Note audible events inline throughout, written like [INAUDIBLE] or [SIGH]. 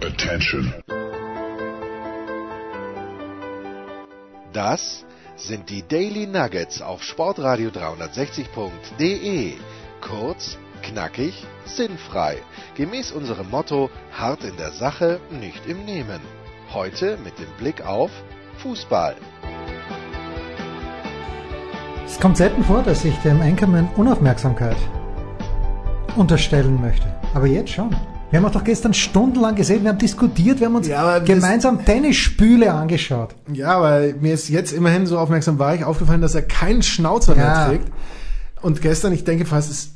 Attention. Das sind die Daily Nuggets auf Sportradio 360.de. E. Kurz, knackig, sinnfrei. Gemäß unserem Motto: hart in der Sache, nicht im Nehmen. Heute mit dem Blick auf Fußball. Es kommt selten vor, dass ich dem Anchorman Unaufmerksamkeit unterstellen möchte. Aber jetzt schon. Wir haben auch doch gestern stundenlang gesehen, wir haben diskutiert, wir haben uns Ja, aber das- gemeinsam Tennisspüle angeschaut. Ja, weil mir ist jetzt immerhin so aufmerksam war ich aufgefallen, dass er keinen Schnauzer Ja. mehr trägt. Und gestern, ich denke fast, es,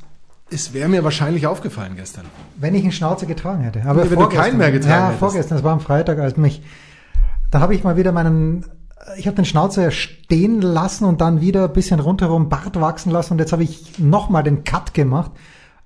es wäre mir wahrscheinlich aufgefallen gestern. Wenn ich einen Schnauzer getragen hätte. Aber Wenn du vorgestern- keinen mehr getragen Ja, hättest. vorgestern, das war am Freitag, als mich, da habe ich mal wieder meinen, ich habe den Schnauzer stehen lassen und dann wieder ein bisschen rundherum Bart wachsen lassen und jetzt habe ich nochmal den Cut gemacht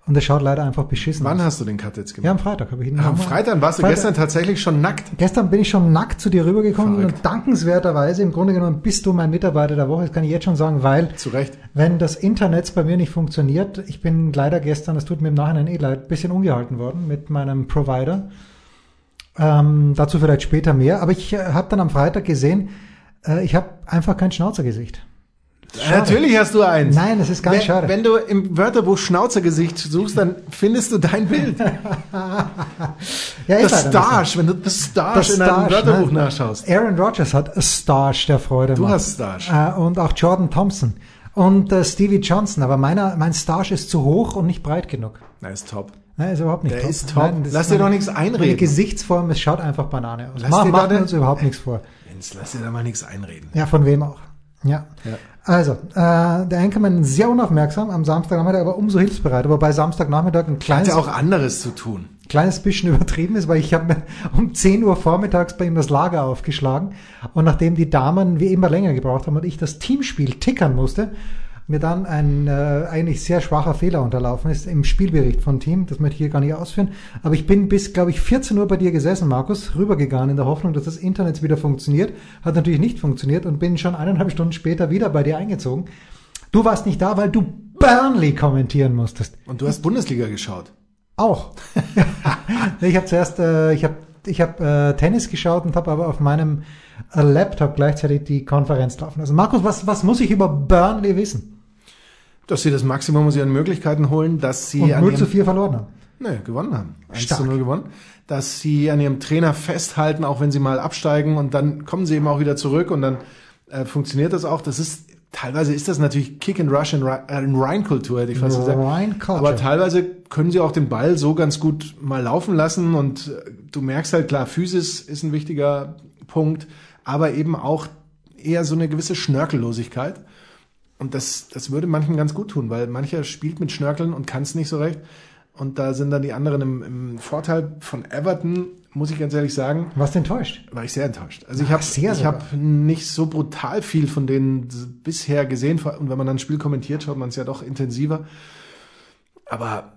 und es schaut leider einfach beschissen Wann aus. hast du den Cut jetzt Ja, gemacht? am Freitag habe ich ihn Am nochmal- Freitag warst du Freitag- gestern tatsächlich schon nackt. Gestern bin ich schon nackt zu dir rübergekommen Verrückt. und dankenswerterweise im Grunde genommen bist du mein Mitarbeiter der Woche. Das kann ich jetzt schon sagen, weil Zu Recht. wenn das Internet bei mir nicht funktioniert, ich bin leider gestern, das tut mir im Nachhinein eh leid, ein bisschen ungehalten worden mit meinem Provider. Ähm, dazu vielleicht später mehr. Aber ich äh, habe dann am Freitag gesehen, äh, ich habe einfach kein Schnauzergesicht. Schade. Natürlich hast du eins. Nein, das ist ganz wenn, schade. Wenn du im Wörterbuch Schnauzergesicht suchst, dann findest du dein Bild. Ja, ist Das leider nicht so. Starsch, wenn du das Das Starsch in einem Starsch, Wörterbuch ne? nachschaust. Aaron Rodgers hat Starch der Freude. Du gemacht. hast Starch. Äh, und auch Jordan Thompson. Und äh, Stevie Johnson. Aber meiner, mein Starch ist zu hoch und nicht breit genug. Na, ist top. Nein, ist überhaupt nicht Der ist top. das Lass ist dir meine- doch nichts Meine einreden. Gesichtsform, es schaut einfach Banane aus. Lass Mach, dir machen da wir ne- uns überhaupt nichts vor. Jens, lass dir da mal nichts einreden. Ja, von wem auch. Ja. Ja. Also, äh, der Enkelmann sehr unaufmerksam am Samstagnachmittag, aber umso hilfsbereiter. Wobei Samstagnachmittag ein Hat kleines, ja auch anderes zu tun. kleines bisschen [LAUGHS] übertrieben ist, weil ich habe mir [LAUGHS] um 10 Uhr vormittags bei ihm das Lager aufgeschlagen. Und nachdem die Damen wie immer länger gebraucht haben und ich das Teamspiel tickern musste, mir dann ein äh, eigentlich sehr schwacher Fehler unterlaufen ist im Spielbericht von Team. Das möchte ich hier gar nicht ausführen. Aber ich bin bis, glaube ich, 14 Uhr bei dir gesessen, Markus, rübergegangen in der Hoffnung, dass das Internet wieder funktioniert. Hat natürlich nicht funktioniert und bin schon eineinhalb Stunden später wieder bei dir eingezogen. Du warst nicht da, weil du Burnley kommentieren musstest. Und du hast Bundesliga geschaut. Auch. [LAUGHS] ich habe zuerst, äh, ich habe ich hab, äh, Tennis geschaut und habe aber auf meinem äh, Laptop gleichzeitig die Konferenz laufen lassen. Markus, was, was muss ich über Burnley wissen? Dass sie das Maximum aus ihren Möglichkeiten holen, dass sie Und an 0 ihrem, zu 4 verloren haben. Nee, gewonnen haben. 1 Stark. zu 0 gewonnen. Dass sie an ihrem Trainer festhalten, auch wenn sie mal absteigen und dann kommen sie eben auch wieder zurück und dann äh, funktioniert das auch. Das ist teilweise ist das natürlich Kick and Rush in, Ri- äh, in Rheinkultur, hätte ich fast gesagt. Rhine Culture. Aber teilweise können sie auch den Ball so ganz gut mal laufen lassen und äh, du merkst halt klar, Physis ist ein wichtiger Punkt, aber eben auch eher so eine gewisse Schnörkellosigkeit. Und das, das würde manchen ganz gut tun, weil mancher spielt mit Schnörkeln und kann es nicht so recht. Und da sind dann die anderen im, im Vorteil von Everton, muss ich ganz ehrlich sagen, Was enttäuscht? war ich sehr enttäuscht. Also ich habe sehr ich sogar. hab nicht so brutal viel von denen s- bisher gesehen. Vor- Und wenn man dann ein Spiel kommentiert, schaut man es ja doch intensiver. Aber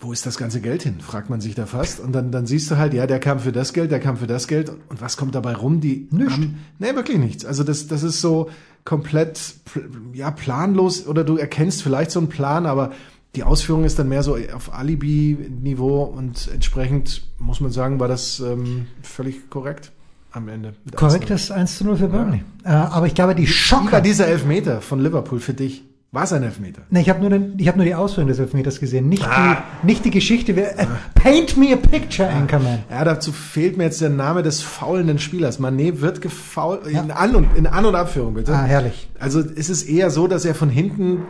wo ist das ganze Geld hin, fragt man sich da fast. Und dann, dann siehst du halt, ja, der kam für das Geld, der kam für das Geld. Und was kommt dabei rum? Die Nichts. haben- nee, wirklich nichts. Also das, das ist so komplett pl- ja, planlos. Oder du erkennst vielleicht so einen Plan, aber die Ausführung ist dann mehr so auf Alibi-Niveau. Und entsprechend, muss man sagen, war das ähm, völlig korrekt am Ende. Mit Arsenal. Korrektes 1 zu 0 für Burnley. Äh, aber ich glaube, die Wie Schocker... war dieser Elfmeter von Liverpool für dich? War es ein Elfmeter? Ne, ich habe nur, den- ich hab nur die Ausführung des Elfmeters gesehen, nicht, Ah. die, nicht die Geschichte. Wir, äh, paint me a picture, Anchorman. Ja, dazu fehlt mir jetzt der Name des faulenden Spielers. Mané wird gefault in, An und, in An- und Abführung, bitte. Ah, herrlich. Also es ist eher so, dass er von hinten,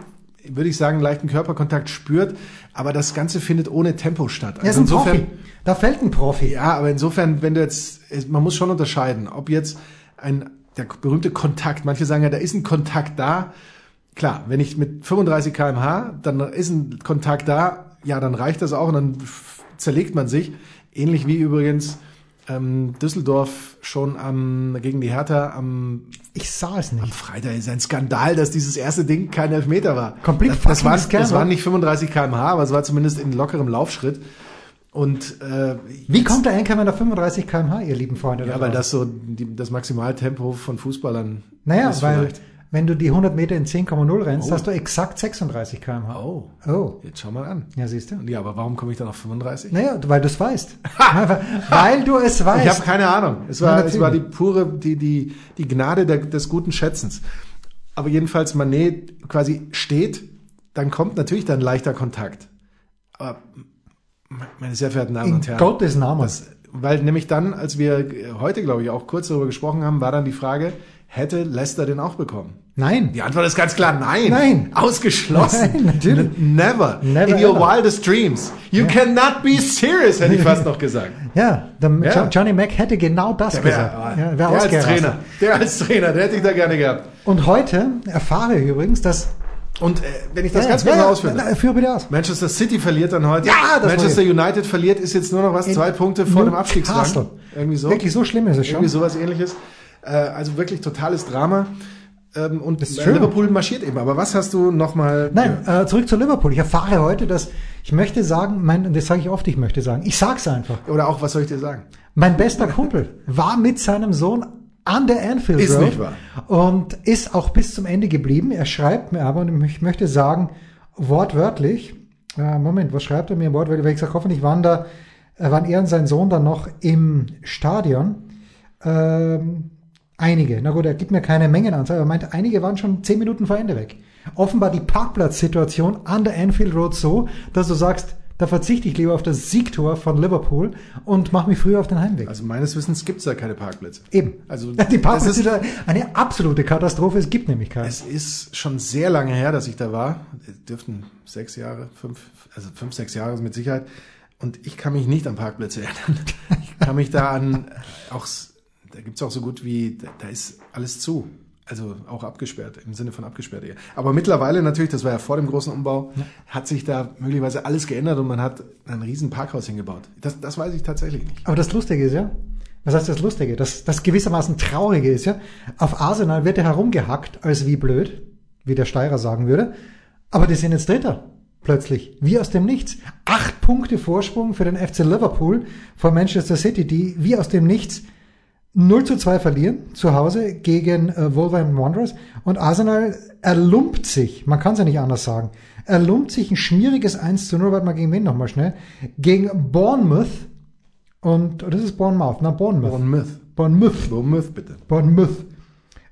würde ich sagen, leichten Körperkontakt spürt, aber das Ganze findet ohne Tempo statt. Er ist Also ein Profi. Da fällt ein Profi. Ja, aber insofern, wenn du jetzt, es- man muss schon unterscheiden, ob jetzt ein, der berühmte Kontakt, manche sagen ja, da ist ein Kontakt da. Klar, wenn ich mit 35 kmh, dann ist ein Kontakt da, ja, dann reicht das auch und dann f- zerlegt man sich. Ähnlich wie übrigens ähm, Düsseldorf schon am, gegen die Hertha am Ich sah es nicht. Freitag ist ein Skandal, dass dieses erste Ding kein Elfmeter war. Complete das, das, fucking waren, scandal. das waren nicht 35 kmh, aber es war zumindest in lockerem Laufschritt. Und äh, Wie kommt der Anchorman auf 35 km/h, ihr lieben Freunde? da Ja, weil draußen? das so die, das Maximaltempo von Fußballern Naja, ist weil, vielleicht. Wenn du die 100 Meter in 10,0 rennst, Oh. hast du exakt 36 km/h. Oh, Oh, jetzt schau mal an. ja, siehst du? Ja, aber warum komme ich dann auf 35? Naja, weil du es [LAUGHS] weißt. weil du es Ich habe weißt. keine Ahnung. Es Ja, war, natürlich. es war die pure, die, die, die Gnade der, des guten Schätzens. Aber jedenfalls, Manet quasi steht, dann kommt natürlich dann leichter Kontakt. Aber, meine sehr verehrten Damen In und Herren, Gottes Namen. weil nämlich dann, als wir äh, heute, glaube ich, auch kurz darüber gesprochen haben, war dann die Frage, hätte Lester den auch bekommen? Nein. Die Antwort ist ganz klar, nein. Nein. Ausgeschlossen. Nein, natürlich. N- Never. Never In your ever. wildest dreams. You cannot be [LAUGHS] serious, hätte ich fast noch gesagt. Ja, der Ja. Jo- Johnny Mac hätte genau das gesagt. Ja, der wär als ausgerastet. Trainer. Der als Trainer, der hätte ich da gerne gehabt. Und heute erfahre ich übrigens, dass... Und äh, wenn ich das ganz Ja, kurz ja, noch ausführen na, darf. Führ bitte aus. Manchester City verliert dann heute. Ja, das Manchester United verliert, ist jetzt nur noch was, In zwei Punkte vor dem Abstiegsrang. Newcastle. Irgendwie so. Wirklich so schlimm ist es schon. Irgendwie sowas ähnliches. Äh, also wirklich totales Drama. Ähm, und ist äh, schön. Liverpool marschiert eben. Aber was hast du nochmal? Nein, äh, zurück zu Liverpool. Ich erfahre heute, dass ich möchte sagen, mein, und das sage ich oft, ich möchte sagen, ich sag's einfach. Oder auch, was soll ich dir sagen? Mein bester Kumpel war mit seinem Sohn an der Anfield Ist Road nicht wahr. und ist auch bis zum Ende geblieben. Er schreibt mir aber, und ich möchte sagen, wortwörtlich, äh, Moment, was schreibt er mir wortwörtlich? Weil ich sage, hoffentlich waren da, äh, waren er und sein Sohn dann noch im Stadion. Ähm, einige, na gut, er gibt mir keine Mengenanzahl, aber er meinte, einige waren schon zehn Minuten vor Ende weg. Offenbar die Parkplatzsituation an der Anfield Road so, dass du sagst, da verzichte ich lieber auf das Siegtor von Liverpool und mache mich früher auf den Heimweg. Also meines Wissens gibt's da keine Parkplätze. Eben. [LAUGHS] Also die das ist, Parkplatzsituation, eine absolute Katastrophe, es gibt nämlich keine. es ist schon sehr lange her, dass ich da war. Es dürften sechs Jahre, fünf, also fünf, sechs Jahre mit Sicherheit. Und ich kann mich nicht an Parkplätze [LAUGHS] erinnern. Ich kann mich da an auch, s- da gibt's auch so gut wie, da, da ist alles zu. Also auch abgesperrt, im Sinne von abgesperrt. eher. Aber mittlerweile natürlich, das war ja vor dem großen Umbau, hat sich da möglicherweise alles geändert und man hat ein riesen Parkhaus hingebaut. Das, das weiß ich tatsächlich nicht. Aber das Lustige ist ja, was heißt das Lustige? Das, das gewissermaßen Traurige ist ja, auf Arsenal wird er herumgehackt, als wie blöd, wie der Steirer sagen würde. Aber die sind jetzt Dritter. Plötzlich. Wie aus dem Nichts. Acht Punkte Vorsprung für den FC Liverpool vor Manchester City, die wie aus dem Nichts 0 zu 2 verlieren zu Hause gegen äh, Wolverhampton Wanderers und Arsenal erlumpt sich, man kann es ja nicht anders sagen, erlumpt sich ein schmieriges 1 zu 0, warte mal gegen wen nochmal schnell, gegen Bournemouth und oh, das ist Bournemouth, na Bournemouth, Bournemouth. Bournemouth, Bournemouth, bitte. Bournemouth.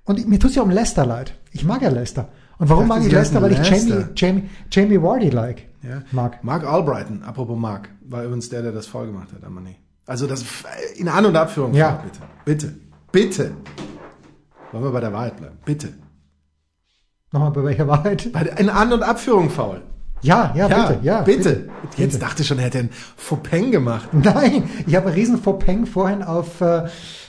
Und ich- mir tut's ja um Leicester leid. Ich mag ja Leicester. Und warum Ich dachte, mag ich Sie Leicester? hatten Weil ich Jamie, Leicester. Jamie, Jamie Wardy like Ja. mag. Mark Albrighton, apropos Mark, war übrigens der, der das Foul gemacht hat, Amani. Also das f- in An- und Abführung. Ja. bitte. Bitte. Bitte. Wollen wir bei der Wahrheit bleiben? Bitte. Nochmal bei welcher Wahrheit? Bei der, in An- und Abführung faul. Ja, ja, bitte, ja. Bitte. Jetzt dachte ich schon, er hätte einen Fopeng gemacht. Nein, ich habe einen riesen Fauxpeng vorhin auf, äh,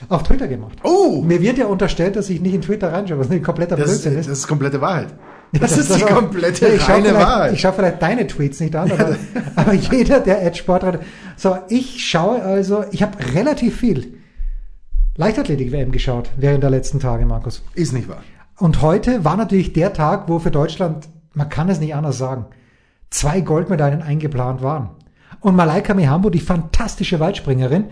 auf Twitter gemacht. Oh! Mir wird ja unterstellt, dass ich nicht in Twitter reinschaue, was ein kompletter Das, Blödsinn das ist. ist komplette Wahrheit. Das, ist das die auch- komplette ich schau reine vielleicht- Wahrheit. Ich schaue vielleicht deine Tweets nicht an, [LAUGHS] aber, aber jeder, der Edgeport hat. So, ich schaue also, ich habe relativ viel Leichtathletik-WM geschaut während der letzten Tage, Markus. ist nicht wahr. Und heute war natürlich der Tag, wo für Deutschland, man kann es nicht anders sagen, zwei Goldmedaillen eingeplant waren. Und Malaika Mihambo, die fantastische Weitspringerin,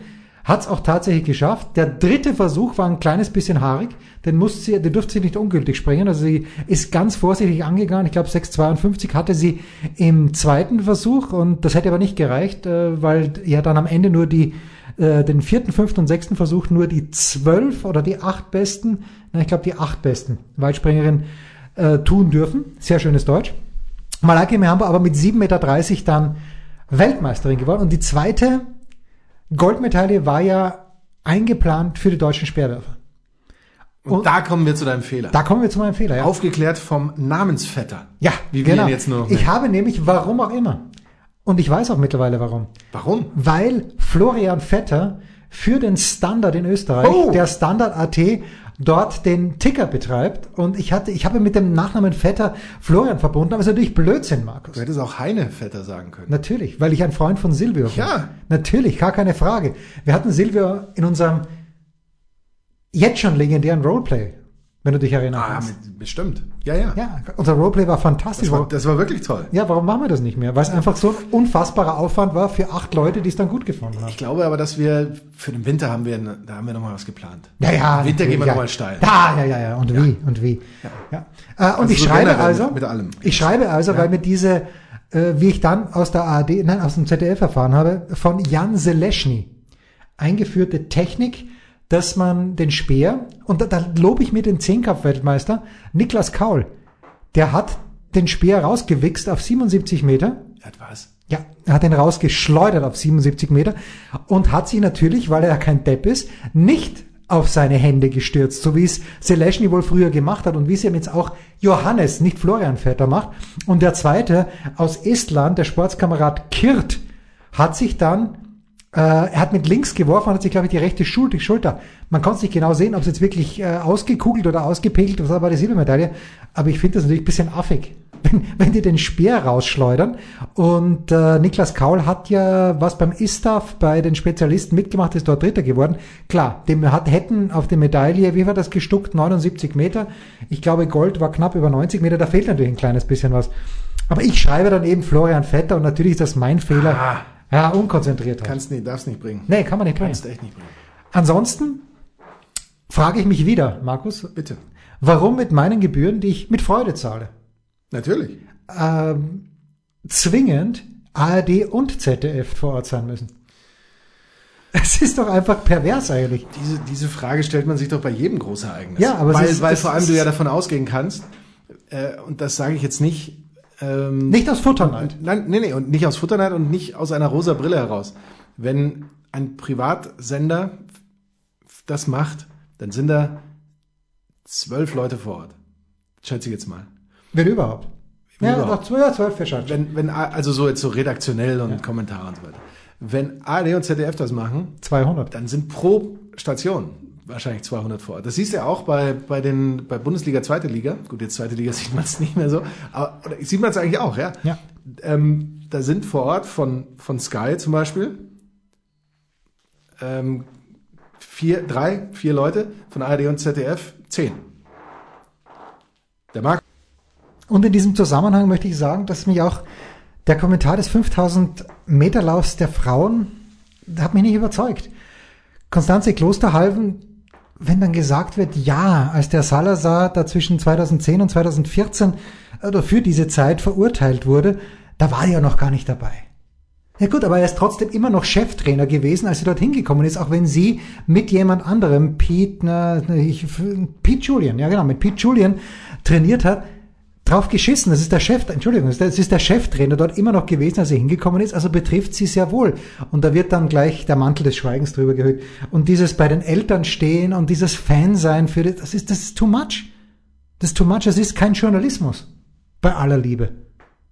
hat es auch tatsächlich geschafft. Der dritte Versuch war ein kleines bisschen haarig, den, musste sie, den durfte sie nicht ungültig springen. Also sie ist ganz vorsichtig angegangen. Ich glaube 6,52 hatte sie im zweiten Versuch und das hätte aber nicht gereicht, äh, weil ja dann am Ende nur die äh, den vierten, fünften und sechsten Versuch nur die zwölf oder die acht besten, na ich glaube die acht besten Weitspringerinnen äh, tun dürfen. Sehr schönes Deutsch. Malaki Mehamba aber mit 7,30 Meter dann Weltmeisterin geworden. Und die zweite Goldmedaille war ja eingeplant für die deutschen Speerwerfer. Und, Und- da kommen wir zu deinem Fehler. Da kommen wir zu meinem Fehler. Ja, Aufgeklärt vom Namensvetter. ja Wie wir genau. ihn jetzt nur noch ich nennen. habe nämlich, warum auch immer, und ich weiß auch mittlerweile warum, Warum? weil Florian Vetter für den Standard in Österreich, Oh. der Standard AT, dort den Ticker betreibt. Und ich hatte, ich habe mit dem Nachnamen Vetter Florian verbunden, aber es ist natürlich Blödsinn, Markus. Du hättest auch Heine Vetter sagen können. Natürlich, weil ich ein Freund von Silvio bin. Ja. Natürlich, gar keine Frage. Wir hatten Silvio in unserem jetzt schon legendären Roleplay wenn du dich erinnerst. Ah, mit- bestimmt. Ja, ja. Ja, unser Roleplay war fantastisch. Das, war, das war wirklich toll. ja, warum machen wir das nicht mehr? Weil es einfach so ein unfassbarer Aufwand war für acht Leute, die es dann gut gefunden haben. Ich glaube aber, dass wir für den Winter haben wir, da haben wir nochmal was geplant. Ja, ja. Winter gehen natürlich, ja. wir nochmal steil. Ja, ja, ja, ja. Und wie, und wie. Ja. Äh, und Also ich so schreibe generell also, mit allem. ich schreibe also, weil mir diese, äh, wie ich dann aus der ARD, nein, aus dem ZDF erfahren habe, von Jan Seleschny eingeführte Technik, dass man den Speer, und da, da lobe ich mir den Zehnkampf-Weltmeister, Niklas Kaul, der hat den Speer rausgewichst auf 77 Meter. Ja, was? Ja, er hat ihn rausgeschleudert auf 77 Meter und hat sich natürlich, weil er ja kein Depp ist, nicht auf seine Hände gestürzt, so wie es Seleschny wohl früher gemacht hat und wie es ihm jetzt auch Johannes, nicht Florian Vetter macht. Und der zweite aus Estland, der Sportskamerad Kirt, hat sich dann, äh, er hat mit links geworfen und hat sich, glaube ich, die rechte Schul- die Schulter, man konnte es nicht genau sehen, ob es jetzt wirklich äh, ausgekugelt oder ausgepegelt, was war die Silbermedaille, aber ich finde das natürlich ein bisschen affig [LAUGHS] wenn, wenn die den Speer rausschleudern. Und äh, Niklas Kaul hat ja was beim ISTAF bei den Spezialisten mitgemacht, ist dort Dritter geworden. Klar, dem hat, hätten auf der Medaille, wie war das gestuckt, 79 Meter. Ich glaube, Gold war knapp über 90 Meter, da fehlt natürlich ein kleines bisschen was. Aber ich schreibe dann eben Florian Vetter und natürlich ist das mein Fehler. Ah. Ja, unkonzentriert. Halt. Kannst nicht, darfst nicht bringen. Nee, kann man nicht bringen. Kannst du echt nicht bringen. Ansonsten frage ich mich wieder, Markus, Bitte. warum mit meinen Gebühren, die ich mit Freude zahle, Natürlich. ähm, zwingend ARD und ZDF vor Ort sein müssen. Es ist doch einfach pervers eigentlich. Diese, diese Frage stellt man sich doch bei jedem Großereignis. Ja, aber es weil, ist- weil es vor allem ist- du ja davon ausgehen kannst, äh, und das sage ich jetzt nicht, ähm, Nicht aus halt. Futterneid. nein, nee, nee, und nicht aus Futterneid und nicht aus einer rosa Brille heraus. Wenn ein Privatsender f- das macht, dann sind da zwölf Leute vor Ort. Schätze ich jetzt mal. Wenn überhaupt. Ja, Überhaupt. doch, zwölf, ja, zwölf Fischer. Wenn, wenn, A- also so jetzt so redaktionell und Kommentare und so weiter. Wenn ARD und ZDF das machen, 200. dann sind pro Station wahrscheinlich 200 vor Ort. Das siehst du ja auch bei, bei den, bei Bundesliga, zweite Liga. Gut, jetzt zweite Liga [LAUGHS] sieht man es nicht mehr so. Aber oder, sieht man es eigentlich auch, ja? Ja. Ähm, da sind vor Ort von, von Sky zum Beispiel ähm, vier, drei, vier Leute, von ARD und ZDF zehn. Der Marc Und in diesem Zusammenhang möchte ich sagen, dass mich auch der Kommentar des 5000 Meter Laufs der Frauen hat mich nicht überzeugt. Konstanze Klosterhalven, wenn dann gesagt wird, ja, als der Salazar da zwischen 2010 und 2014 oder für diese Zeit verurteilt wurde, da war er ja noch gar nicht dabei. Ja gut, aber er ist trotzdem immer noch Cheftrainer gewesen, als sie dort hingekommen ist, auch wenn sie mit jemand anderem, Pete, ne, ich, Pete Julian, ja genau, mit Pete Julian trainiert hat, drauf geschissen. Das ist der Chef, Entschuldigung, das ist der Cheftrainer dort immer noch gewesen, als sie hingekommen ist, also betrifft sie sehr wohl. Und da wird dann gleich der Mantel des Schweigens drüber gehüllt. Und dieses bei den Eltern stehen und dieses Fan sein für die, das ist, das ist too much. Das ist too much, das ist kein Journalismus. Bei aller Liebe.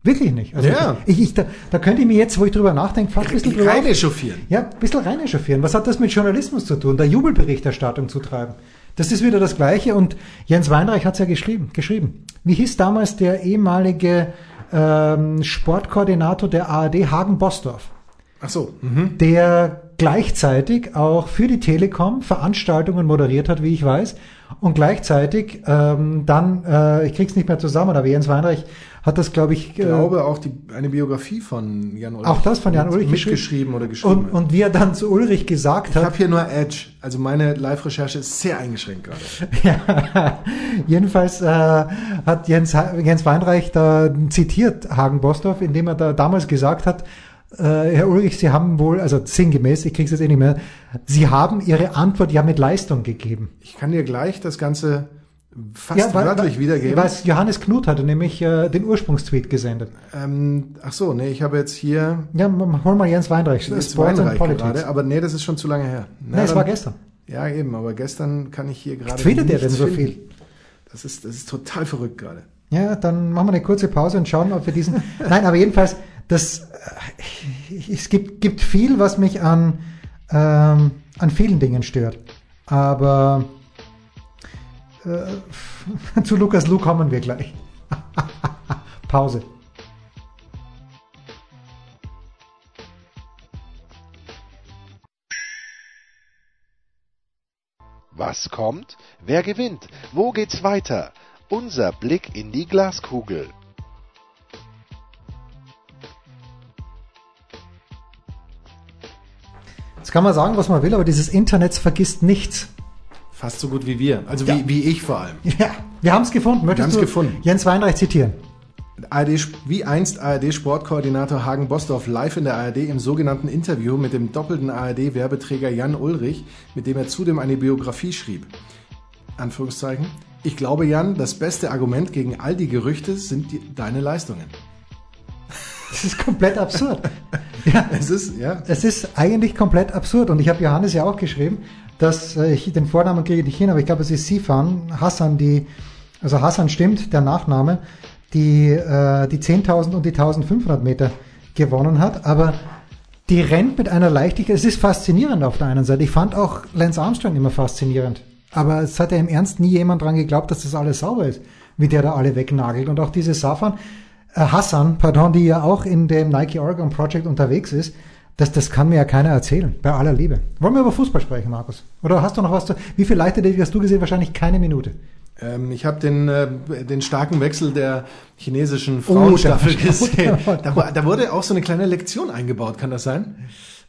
Wirklich nicht. Also Ja. ich, ich, da, da könnte ich mir jetzt, wo ich drüber nachdenke, fast ein bisschen drüber rein echauffieren. ja, ein bisschen reinechauffieren. Was hat das mit Journalismus zu tun, da Jubelberichterstattung zu treiben? Das ist wieder das Gleiche und Jens Weinreich hat es ja geschrieben, geschrieben. Wie hieß damals der ehemalige ähm, Sportkoordinator der ARD, Hagen Bosdorf, Ach so. Mhm. der gleichzeitig auch für die Telekom Veranstaltungen moderiert hat, wie ich weiß, und gleichzeitig ähm, dann, äh, ich krieg's nicht mehr zusammen, aber Jens Weinreich hat das, glaube ich, Ich äh, glaube auch die, eine Biografie von Jan Ulrich. Auch das von Jan Ulrich mitgeschrieben oder geschrieben. und, und wie er dann zu Ulrich gesagt ich hat, habe hier nur Edge. Also meine Live-Recherche ist sehr eingeschränkt gerade. Ja, [LAUGHS] jedenfalls äh, hat Jens, Jens Weinreich da zitiert Hagen Bosdorf, indem er da damals gesagt hat, äh, Herr Ulrich, Sie haben wohl, also sinngemäß, ich krieg's jetzt eh nicht mehr, Sie haben Ihre Antwort ja mit Leistung gegeben. Ich kann dir gleich das Ganze fast ja, weil- wörtlich weil- wiedergeben. Weil es Johannes Knut hatte nämlich äh, den Ursprungstweet gesendet. Ähm, ach so, nee, ich habe jetzt hier Ja, m- hol mal Jens Weinreich, jetzt Sports and Weinreich Politics. gerade, aber nee, das ist schon zu lange her. Na, Nein, es dann- war gestern. Ja, eben, aber gestern kann ich hier gerade Tweetet er nichts denn so finden. viel? Das ist, das ist total verrückt gerade. Ja, dann machen wir eine kurze Pause und schauen, ob wir diesen. Nein, aber jedenfalls, das äh, es gibt, gibt viel, was mich an, ähm, an vielen Dingen stört. Aber äh, [LAUGHS] zu Lukas Lu kommen wir gleich. [LAUGHS] Pause. Was kommt? Wer gewinnt? Wo geht's weiter? Unser Blick in die Glaskugel. Jetzt kann man sagen, was man will, aber dieses Internet vergisst nichts. Fast so gut wie wir. Also Ja. wie, wie ich vor allem. Ja, wir haben es gefunden. Möchtest haben's du gefunden. Jens Weinreich zitieren? ARD, Sp- wie einst ARD-Sportkoordinator Hagen Bosdorf live in der ARD im sogenannten Interview mit dem doppelten ARD-Werbeträger Jan Ulrich, mit dem er zudem eine Biografie schrieb. Anführungszeichen. Ich glaube, Jan, das beste Argument gegen all die Gerüchte sind die, deine Leistungen. Das ist komplett absurd. ja, Es ist, ja. es ist eigentlich komplett absurd. Und ich habe Johannes ja auch geschrieben, dass äh, ich den Vornamen kriege ich nicht hin, aber ich glaube, es ist Sifan, Hassan, die, also Hassan stimmt, der Nachname, die äh, die 10.000 und die 1.500 Meter gewonnen hat. Aber die rennt mit einer Leichtigkeit. Es ist faszinierend auf der einen Seite. Ich fand auch Lance Armstrong immer faszinierend. Aber es hat ja im Ernst nie jemand dran geglaubt, dass das alles sauber ist, wie der da alle wegnagelt. Und auch diese Safan, äh, Hassan, pardon, die ja auch in dem Nike Oregon Project unterwegs ist, das, das kann mir ja keiner erzählen, bei aller Liebe. Wollen wir über Fußball sprechen, Markus? Oder hast du noch was zu... Wie viel Leichtathletik hast du gesehen? Wahrscheinlich keine Minute. Ähm, ich habe den, äh, den starken Wechsel der chinesischen Oh, Frauenstaffel [LAUGHS] der- gesehen. Da, wu- da wurde auch so eine kleine Lektion eingebaut, kann das sein?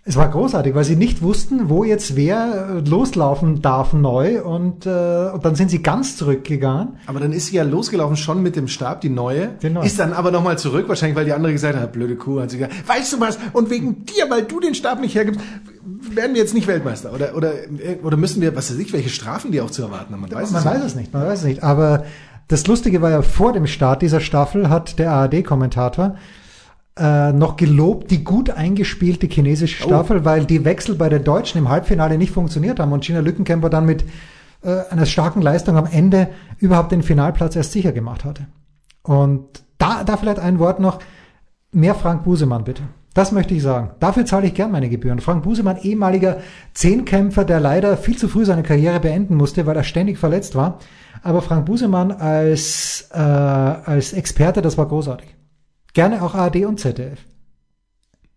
Es war großartig, weil sie nicht wussten, wo jetzt wer äh, loslaufen darf neu. Und, äh, und dann sind sie ganz zurückgegangen. Aber dann ist sie ja losgelaufen schon mit dem Stab, die neue. Die neue. Ist dann aber nochmal zurück, wahrscheinlich, weil die andere gesagt hat, blöde Kuh, hat sie gesagt, weißt du was? Und wegen dir, weil du den Stab nicht hergibst, werden wir jetzt nicht Weltmeister. Oder, oder, äh, oder müssen wir, was weiß ich, welche Strafen die auch zu erwarten haben. Man weiß man es weiß es nicht, man weiß es nicht. Aber das Lustige war ja, vor dem Start dieser Staffel hat der ARD-Kommentator äh, noch gelobt die gut eingespielte Oh. chinesische Staffel, weil die Wechsel bei den Deutschen im Halbfinale nicht funktioniert haben und China Lückenkämper dann mit äh, einer starken Leistung am Ende überhaupt den Finalplatz erst sicher gemacht hatte. Und da, da vielleicht ein Wort noch, mehr Frank Busemann bitte. Das möchte ich sagen. Dafür zahle ich gern meine Gebühren. Frank Busemann, ehemaliger Zehnkämpfer, der leider viel zu früh seine Karriere beenden musste, weil er ständig verletzt war. Aber Frank Busemann als, äh, als Experte, das war großartig. Gerne auch ARD und ZDF.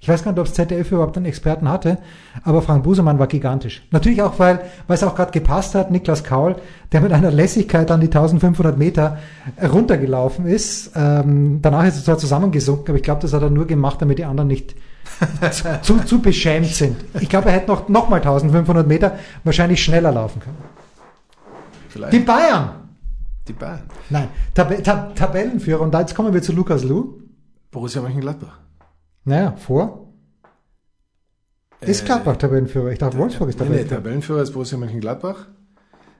Ich weiß gar nicht, ob das ZDF überhaupt einen Experten hatte, aber Frank Busemann war gigantisch. Natürlich auch, weil, weil es auch gerade gepasst hat, Niklas Kaul, der mit einer Lässigkeit an die 1500 Meter runtergelaufen ist. Ähm, danach ist er zwar zusammengesunken, aber ich glaube, das hat er nur gemacht, damit die anderen [LAUGHS] nicht zu, zu, zu beschämt sind. Ich glaube, er hätte noch, noch mal 1500 Meter wahrscheinlich schneller laufen können. Vielleicht Die die, Bayern! Bayern. Nein, Tab Tab Tabellenführer. Und da jetzt kommen wir zu Lukas Lu. Borussia Mönchengladbach. Naja, vor. Ist Äh, Gladbach Tabellenführer. Ich dachte, Wolfsburg ist Nee, nee, Tabellenführer. Tabellenführer ist Borussia Mönchengladbach.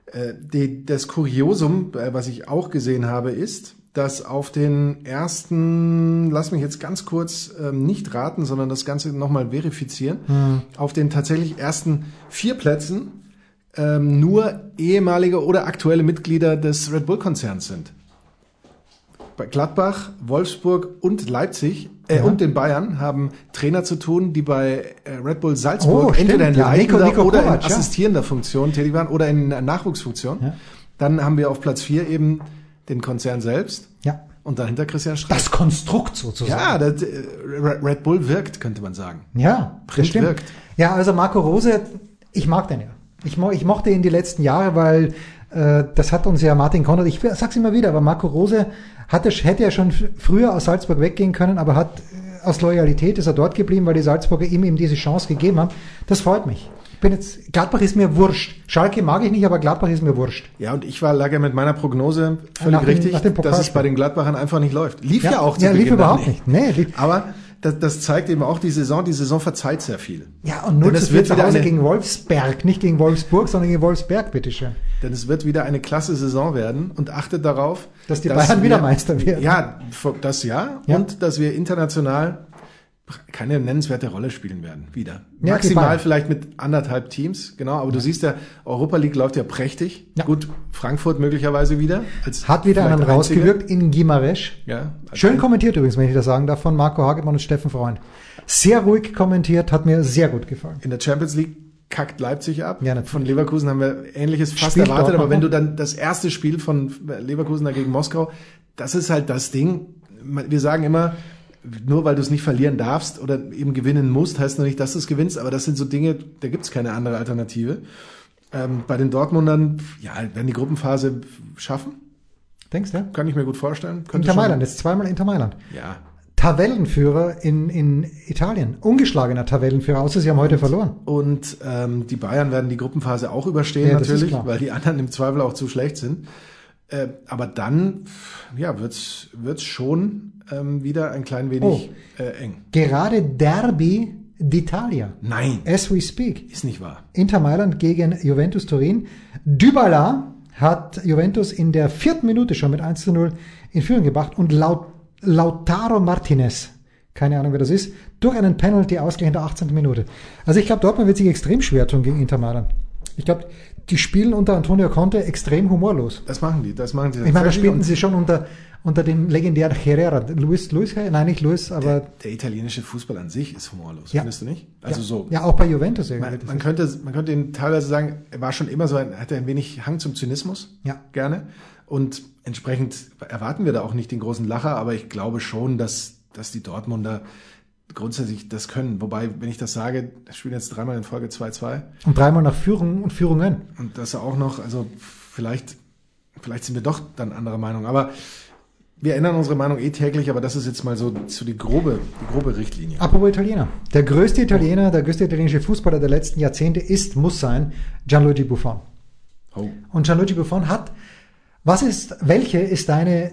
Äh, die, das Kuriosum, äh, was ich auch gesehen habe, ist, dass auf den ersten, lass mich jetzt ganz kurz ähm, nicht raten, sondern das Ganze nochmal verifizieren, Hm. auf den tatsächlich ersten vier Plätzen ähm, nur ehemalige oder aktuelle Mitglieder des Red Bull-Konzerns sind. Bei Gladbach, Wolfsburg und Leipzig äh, Ja. und den Bayern haben Trainer zu tun, die bei äh, Red Bull Salzburg Oh, Salzburg stimmt, entweder in ja. leitender Nico- Nico oder Kovac, in ja. assistierender Funktion tätig waren oder in Nachwuchsfunktion. Ja. Dann haben wir auf Platz 4 eben den Konzern selbst Ja. und dahinter Christian Streich. Das Konstrukt sozusagen. Ja, das, äh, Re- Red Bull wirkt, könnte man sagen. Ja, das Frisch stimmt. wirkt. Ja, also Marco Rose, ich mag den ja. Ich, mo ich mochte ihn die letzten Jahre, weil äh, das hat uns ja Martin Konrad, ich sag's immer wieder, aber Marco Rose hatte, hätte ja schon f- früher aus Salzburg weggehen können, aber hat äh, aus Loyalität ist er dort geblieben, weil die Salzburger ihm eben diese Chance gegeben haben. Das freut mich. Ich bin jetzt, Gladbach ist mir wurscht. Schalke mag ich nicht, aber Gladbach ist mir wurscht. Ja, und ich war lag ja mit meiner Prognose völlig Nach dem- richtig, nach dem dass es Pokalspiel. bei den Gladbachern einfach nicht läuft. Lief ja, auch zu ja, lief Beginn überhaupt noch nicht. Nee, lief, Aber das, das zeigt eben auch die Saison. Die Saison verzeiht sehr viel. ja, und 0 Denn zu es 4 wird zu wieder Hause eine, gegen Wolfsberg, nicht gegen Wolfsburg, sondern gegen Wolfsberg, bitteschön. denn es wird wieder eine klasse Saison werden und achtet darauf, Dass die Bayern wieder Meister werden. Ja, vor- das ja, Ja. und dass wir international keine nennenswerte Rolle spielen werden wieder. die Maximal Bayern. vielleicht mit anderthalb Teams, genau. Aber du siehst ja, Europa League läuft ja prächtig. Ja. Gut, Frankfurt möglicherweise wieder. als Hat wieder vielleicht einen einziger. rausgewirkt in Gimaresch. Ja, als Schön ein- kommentiert übrigens, wenn ich das sagen darf, von Marco Hagemann und Steffen Freund. Sehr ruhig kommentiert, hat mir sehr gut gefallen. In der Champions League kackt Leipzig ab. Ja, natürlich. von Leverkusen haben wir Ähnliches fast Spielt erwartet, Dortmund aber wenn noch. du dann das erste Spiel von Leverkusen dagegen Moskau, das ist halt das Ding. Wir sagen immer, nur weil du es nicht verlieren darfst oder eben gewinnen musst, heißt noch nicht, dass du es gewinnst, aber das sind so Dinge, da gibt es keine andere Alternative. Ähm, bei den Dortmundern, ja, werden die Gruppenphase schaffen. Denkst du? Kann ich mir gut vorstellen. Könnte Inter schon- Mailand, jetzt zweimal Inter Mailand. Ja. Tabellenführer in, in Italien. Ungeschlagener Tabellenführer, außer sie haben heute verloren. Und ähm, die Bayern werden die Gruppenphase auch überstehen, Ja, das ist natürlich, klar. weil die anderen im Zweifel auch zu schlecht sind. Äh, aber dann, ja, wird's wird's schon ähm, wieder ein klein wenig Oh. äh, eng. Gerade Derby d'Italia. Nein, As we speak. ist nicht wahr. Inter Mailand gegen Juventus Turin. Dybala hat Juventus in der vierten Minute schon mit 1 zu 0 in Führung gebracht und laut, Lautaro Martinez, keine Ahnung wer das ist, durch einen Penalty ausgleich in der 18. Minute. Also ich glaube, Dortmund wird sich extrem schwer tun gegen Inter Mailand. Ich glaube, die spielen unter Antonio Conte extrem humorlos. Das machen die, das machen die. Ich meine, da tatsächlich. spielten Und sie schon unter, unter dem legendären Herrera. Luis, Luis, nein, nicht Luis, aber Der italienische Fußball an sich ist humorlos, Ja. findest du nicht? Also ja, so. ja, auch bei Juventus irgendwie. Man, man könnte, man könnte ihn teilweise sagen, er war schon immer so ein, hatte ein wenig Hang zum Zynismus. Ja. Gerne. Und entsprechend erwarten wir da auch nicht den großen Lacher, aber ich glaube schon, dass, dass die Dortmunder grundsätzlich das können. Wobei, wenn ich das sage, wir spielen jetzt dreimal in Folge 2-2 Und dreimal nach Führung und Führungen. und das auch noch, also vielleicht, vielleicht sind wir doch dann anderer Meinung, aber wir ändern unsere Meinung eh täglich, aber das ist jetzt mal so, so die grobe, die grobe Richtlinie. Apropos Italiener. Der größte Italiener, der größte italienische Fußballer der letzten Jahrzehnte ist, muss sein, Gianluigi Buffon. Oh. Und Gianluigi Buffon hat, was ist, welche ist deine,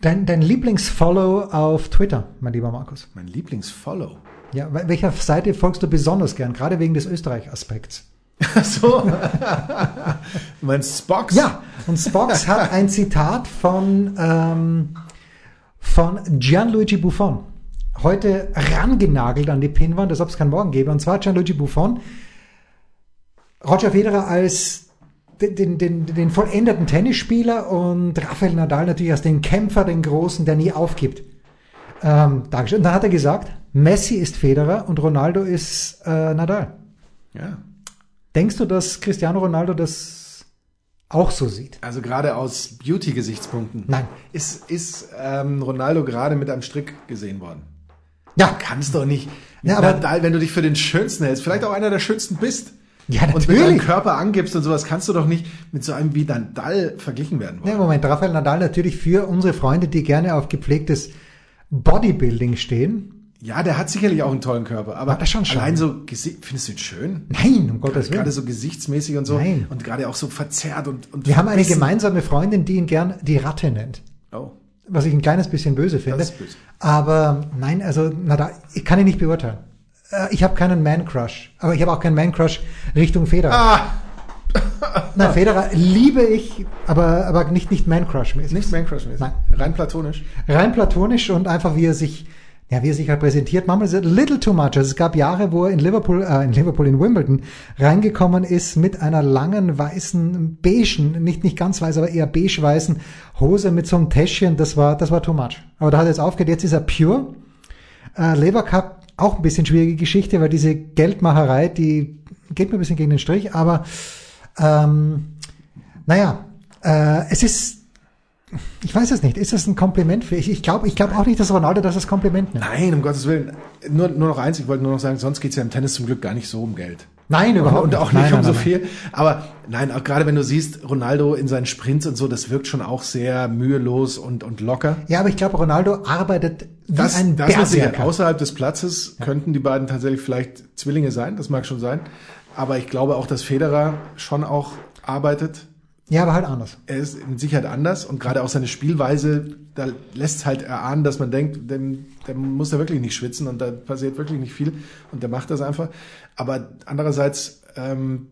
dein, dein Lieblingsfollow auf Twitter, mein lieber Markus? Mein Lieblingsfollow. [LAUGHS] Ja, wel- welcher Seite folgst du besonders gern, gerade wegen des Österreich-Aspekts? Ach so. [LAUGHS] du meinst Spox? Ja, und Spox hat ein Zitat von, ähm, von Gianluigi Buffon heute rangenagelt an die Pinwand, als ob es keinen Morgen gäbe. Und zwar hat Gianluigi Buffon Roger Federer als den, den, den, den vollendeten Tennisspieler und Rafael Nadal natürlich als den Kämpfer, den Großen, der nie aufgibt. Ähm, dargestellt. Und dann hat er gesagt, Messi ist Federer und Ronaldo ist äh, Nadal. Ja. Denkst du, dass Cristiano Ronaldo das auch so sieht? Also gerade aus Beauty-Gesichtspunkten Nein. ist, ist ähm, Ronaldo gerade mit einem Strick gesehen worden. Ja, Kannst doch nicht. Ja, Ja, aber- aber Nadal, wenn du dich für den Schönsten hältst, vielleicht auch einer der Schönsten bist. Ja, Und mit deinem natürlich. Körper angibst und sowas, kannst du doch nicht mit so einem wie Nadal verglichen werden wollen. Ja, Ne, Moment, Rafael Nadal natürlich für unsere Freunde, die gerne auf gepflegtes Bodybuilding stehen. Ja, der hat sicherlich auch einen tollen Körper, aber Hat er schon schon. allein so, gesi- findest du ihn schön? Nein, um Gottes Gerade Willen. so gesichtsmäßig und so. Nein. Und gerade auch so verzerrt und, und Wir haben eine verbissen. gemeinsame Freundin, die ihn gern die Ratte nennt. Oh. Was ich ein kleines bisschen böse finde. Das ist böse. Aber nein, also Nadal, ich kann ihn nicht beurteilen. Äh, Ich habe keinen Man-Crush. Aber ich habe auch keinen Man-Crush Richtung Federer. Ah! Nein, Federer liebe ich, aber, aber nicht, nicht Man-Crush-mäßig. Nicht Mancrush-mäßig. Nein. Rein platonisch. rein platonisch und einfach wie er sich ja, wie er sich halt präsentiert. Manchmal ist er little too much. Also es gab Jahre, wo er in Liverpool, äh, in Liverpool, in Wimbledon reingekommen ist mit einer langen, weißen, beigen, nicht, nicht ganz weiß, aber eher beige-weißen Hose mit so einem Täschchen. Das war, das war too much. Aber da hat er jetzt aufgehört. Jetzt ist er pure. Äh, Lever Cup, auch ein bisschen schwierige Geschichte, weil diese Geldmacherei, die geht mir ein bisschen gegen den Strich, aber ähm, naja, äh, es ist, ich weiß es nicht, ist das ein Kompliment für, ich, ich glaube ich glaub auch nicht, dass Ronaldo das als Kompliment nimmt. Nein, um Gottes Willen. Nur, nur noch eins, ich wollte nur noch sagen, sonst geht's ja im Tennis zum Glück gar nicht so um Geld. Nein, überhaupt Und auch Nein, nicht nein, um so nein, viel. Aber nein, auch gerade wenn du siehst, Ronaldo in seinen Sprints und so, das wirkt schon auch sehr mühelos und, und locker. nein. Ja, aber ich glaube, Ronaldo arbeitet wie Das, ein das ist sicher. Berserker. Außerhalb des Platzes könnten die beiden tatsächlich vielleicht Zwillinge sein, das mag schon sein. Aber ich glaube auch, dass Federer schon auch arbeitet. Ja, aber halt anders. Er ist mit Sicherheit anders und gerade auch seine Spielweise, da lässt es halt erahnen, dass man denkt, dem, dem muss er wirklich nicht schwitzen und da passiert wirklich nicht viel und der macht das einfach. Aber andererseits ähm,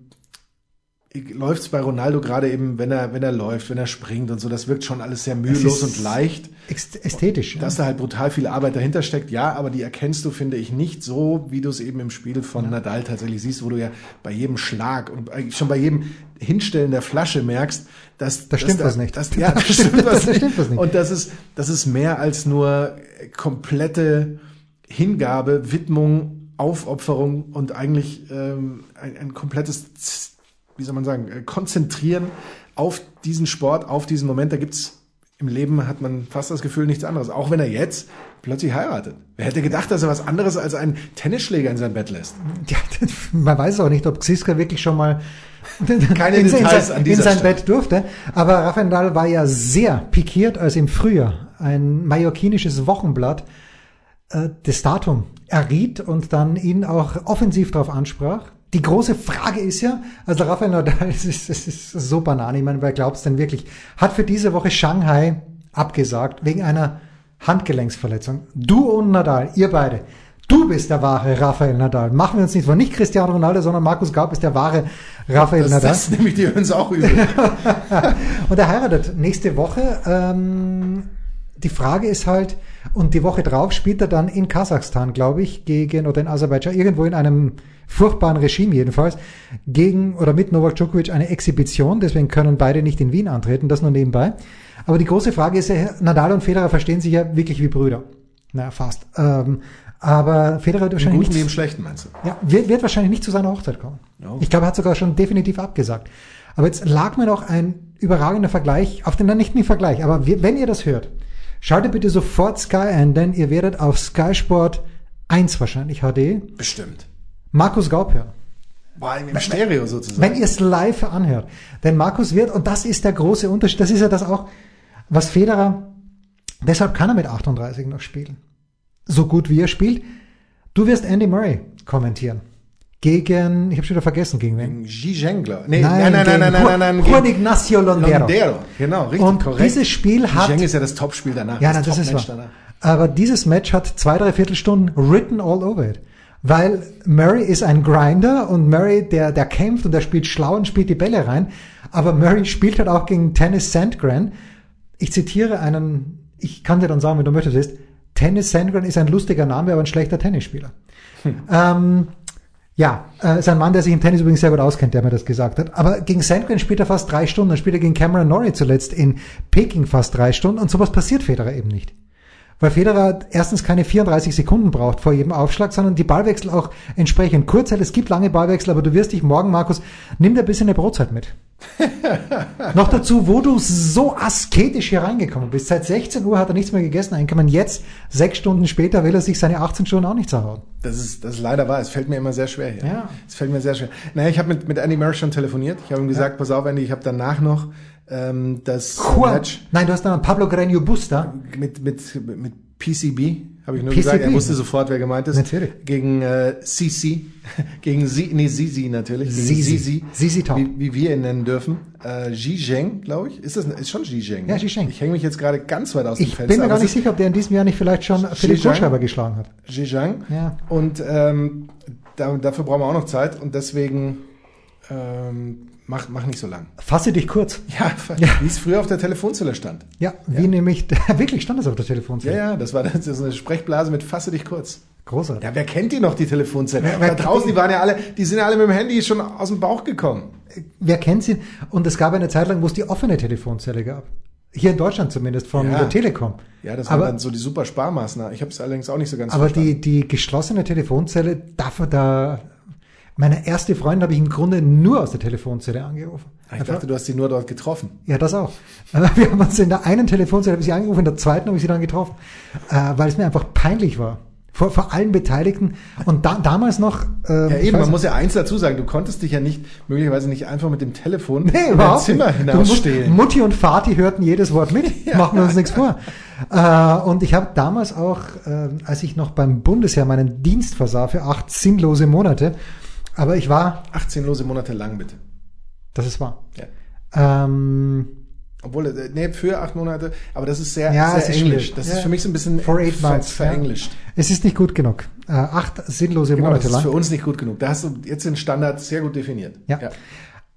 läuft es bei Ronaldo gerade eben, wenn er, wenn er läuft, wenn er springt und so, das wirkt schon alles sehr ist- mühelos und leicht. Ex- Ästhetisch. Ja. Dass da halt brutal viel Arbeit dahinter steckt, ja, aber die erkennst du, finde ich, nicht so, wie du es eben im Spiel von Nadal tatsächlich siehst, wo du ja bei jedem Schlag und eigentlich schon bei jedem Hinstellen der Flasche merkst, dass Da dass stimmt was nicht. Dass, [LAUGHS] ja, da stimmt, was, da nicht. stimmt was nicht. Und das ist das ist mehr als nur komplette Hingabe, Widmung, Aufopferung und eigentlich ähm, ein, ein komplettes Z- wie soll man sagen, äh, konzentrieren auf diesen Sport, auf diesen Moment. Da gibt's im Leben hat man fast das Gefühl nichts anderes. Auch wenn er jetzt plötzlich heiratet. Wer hätte gedacht, dass er was anderes als einen Tennisschläger in sein Bett lässt? [LAUGHS] Ja, man weiß auch nicht, ob Xiska wirklich schon mal [LAUGHS] Keine in, in, Details sein, an in dieser sein Stelle. Bett durfte. Aber Rafael Nadal war ja sehr pikiert, als im Frühjahr ein mallorquinisches Wochenblatt äh, das Datum erriet und dann ihn auch offensiv darauf ansprach. Die große Frage ist ja, also Rafael Nadal, [LAUGHS] es ist, es ist so banane, ich meine, wer glaubt's denn wirklich, hat für diese Woche Shanghai abgesagt wegen einer Handgelenksverletzung. Du und Nadal, ihr beide. Du bist der wahre Rafael Nadal. Machen wir uns nichts vor. Nicht Cristiano Ronaldo, sondern Markus Gaub ist der wahre Rafael Das, Nadal. das nehme ich dir uns [LAUGHS] auch übel. Und er heiratet nächste Woche. Ähm, die Frage ist halt, und die Woche drauf spielt er dann in Kasachstan, glaube ich, gegen, oder in Aserbaidschan, irgendwo in einem furchtbaren Regime jedenfalls, gegen oder mit Novak Djokovic eine Exhibition. Deswegen können beide nicht in Wien antreten, das nur nebenbei. Aber die große Frage ist ja, Nadal und Federer verstehen sich ja wirklich wie Brüder. Na, fast. Ähm, aber Federer wird wahrscheinlich Guten nicht wie im Schlechten, meinst du? ja, wird, wird wahrscheinlich nicht zu seiner Hochzeit kommen. Ja. Ich glaube, er hat sogar schon definitiv abgesagt. Aber jetzt lag mir noch ein überragender Vergleich, auf den dann nicht ein Vergleich, aber wir, wenn ihr das hört, schaltet bitte sofort Sky ein, denn ihr werdet auf Sky Sport 1 wahrscheinlich HD Bestimmt. Markus Gaub hören. Boah, im Stereo sozusagen. Wenn ihr es live anhört. Denn Markus wird, und das ist der große Unterschied, das ist ja das auch, was Federer, deshalb kann er mit 38 noch spielen. So gut wie er spielt. Du wirst Andy Murray kommentieren. Gegen, ich habe schon wieder vergessen, gegen wen. Zizheng, glaube ich. Nee, nein, nein, nein, nein, nein, gegen nein, nein, Juan, Juan gegen Ignacio Londero. Londero. Genau, richtig, Und korrekt. dieses Spiel hat, Zizheng ist ja das Topspiel danach. ja, das, das ist wahr. Top-Match danach. Aber dieses Match hat zwei, drei Viertelstunden written all over it. Weil Murray ist ein Grinder und Murray, der, der kämpft und der spielt schlau und spielt die Bälle rein. Aber Murray spielt halt auch gegen Tennis Sandgren. Ich zitiere einen, ich kann dir dann sagen, wenn du möchtest, ist, Tennis Sandgren ist ein lustiger Name, aber ein schlechter Tennisspieler. Ähm, ja, äh, ist ein Mann, der sich im Tennis übrigens sehr gut auskennt, der mir das gesagt hat. Aber gegen Sandgren spielt er fast drei Stunden, dann spielt er gegen Cameron Norrie zuletzt in Peking fast drei Stunden und sowas passiert Federer eben nicht. Weil Federer erstens keine 34 Sekunden braucht vor jedem Aufschlag, sondern die Ballwechsel auch entsprechend kurz hält. Es gibt lange Ballwechsel, aber du wirst dich morgen, Markus, nimm dir ein bisschen eine Brotzeit mit. Noch dazu, wo du so asketisch hier reingekommen bist. Seit 16 Uhr hat er nichts mehr gegessen. Eigentlich kann man jetzt, sechs Stunden später, will er sich seine 18 Stunden auch nicht zerhauen. Das ist, das ist leider wahr. Es fällt mir immer sehr schwer hier. Ja. Es fällt mir sehr schwer. Naja, ich habe mit, mit Andy Murray schon telefoniert. Ich habe ihm gesagt, pass auf, Andy, ich habe danach noch ähm, das Juan, Match nein, du hast dann Pablo Granio Busta. mit, mit, mit PCB, habe ich nur PCB. gesagt. Er wusste sofort, wer gemeint ist. Natürlich. Gegen äh, CC. [LAUGHS] gegen Sie, nee, Sisi natürlich. Gegen Sisi. Sisi. Sisi Top. Wie, wie wir ihn nennen dürfen. Äh, Zhizheng, glaube ich. Ist das, ist schon Zhizheng. Ja, ne? Zhizheng. Ich hänge mich jetzt gerade ganz weit aus dem Ich Fenster. bin mir aber gar es nicht sicher, ob der in diesem Jahr nicht vielleicht schon Philipp Zhejiang? Kohlschreiber geschlagen hat. Zhejiang. Ja. Und ähm, da, dafür brauchen wir auch noch Zeit und deswegen ähm, mach, mach nicht [LAUGHS] so lang. Fasse dich kurz. Ja, wie es früher auf der Telefonzelle stand. Ja, wie nämlich, [LAUGHS] wirklich stand es auf der Ja, Telefonzelle. ja, das war [LAUGHS] das ist eine Sprechblase mit Fasse dich kurz. Großartig. Ja, wer kennt die noch, die Telefonzelle? Wer- wer- da draußen, die waren ja alle, die sind ja alle mit dem Handy schon aus dem Bauch gekommen. Wer kennt sie? Und es gab eine Zeit lang, wo es die offene Telefonzelle gab. Hier in Deutschland zumindest von Ja. der Telekom. Ja, das aber, waren dann so die super Sparmaßnahmen. Ich habe es allerdings auch nicht so ganz aber die, verstanden. die geschlossene Telefonzelle, dafür da, meine erste Freundin habe ich im Grunde nur aus der Telefonzelle angerufen. Ah, ich dachte, du hast die nur dort getroffen. Ja, das auch. Aber wir haben uns in der einen Telefonzelle, habe ich sie angerufen, in der zweiten habe ich sie dann getroffen, äh, weil es mir einfach peinlich war. Vor, vor allen Beteiligten. Und da, damals noch... ähm, Ja, ich eben, weiß man muss ja eins dazu sagen, du konntest dich ja nicht, möglicherweise nicht einfach mit dem [LAUGHS] Telefon Nee, in dein überhaupt Zimmer nicht. Du musst- hinausstehlen. Mutti und Vati hörten jedes Wort mit, [LAUGHS] [LAUGHS] machen wir uns nichts vor. Äh, und ich habe damals auch, äh, als ich noch beim Bundesheer meinen Dienst versah für acht sinnlose Monate, aber ich war, 18 lose Monate lang, bitte. das ist wahr. Ja. Ähm, Obwohl, äh, nee, für acht Monate, aber das ist sehr, Ja, sehr es ist englisch. schwierig. Das Ja. ist für mich so ein bisschen For eight ver- months, ja. verenglischt. es ist nicht gut genug. Äh, acht sinnlose Genau, das Monate ist für lang uns nicht gut genug. Da hast du jetzt den Standard sehr gut definiert. Ja.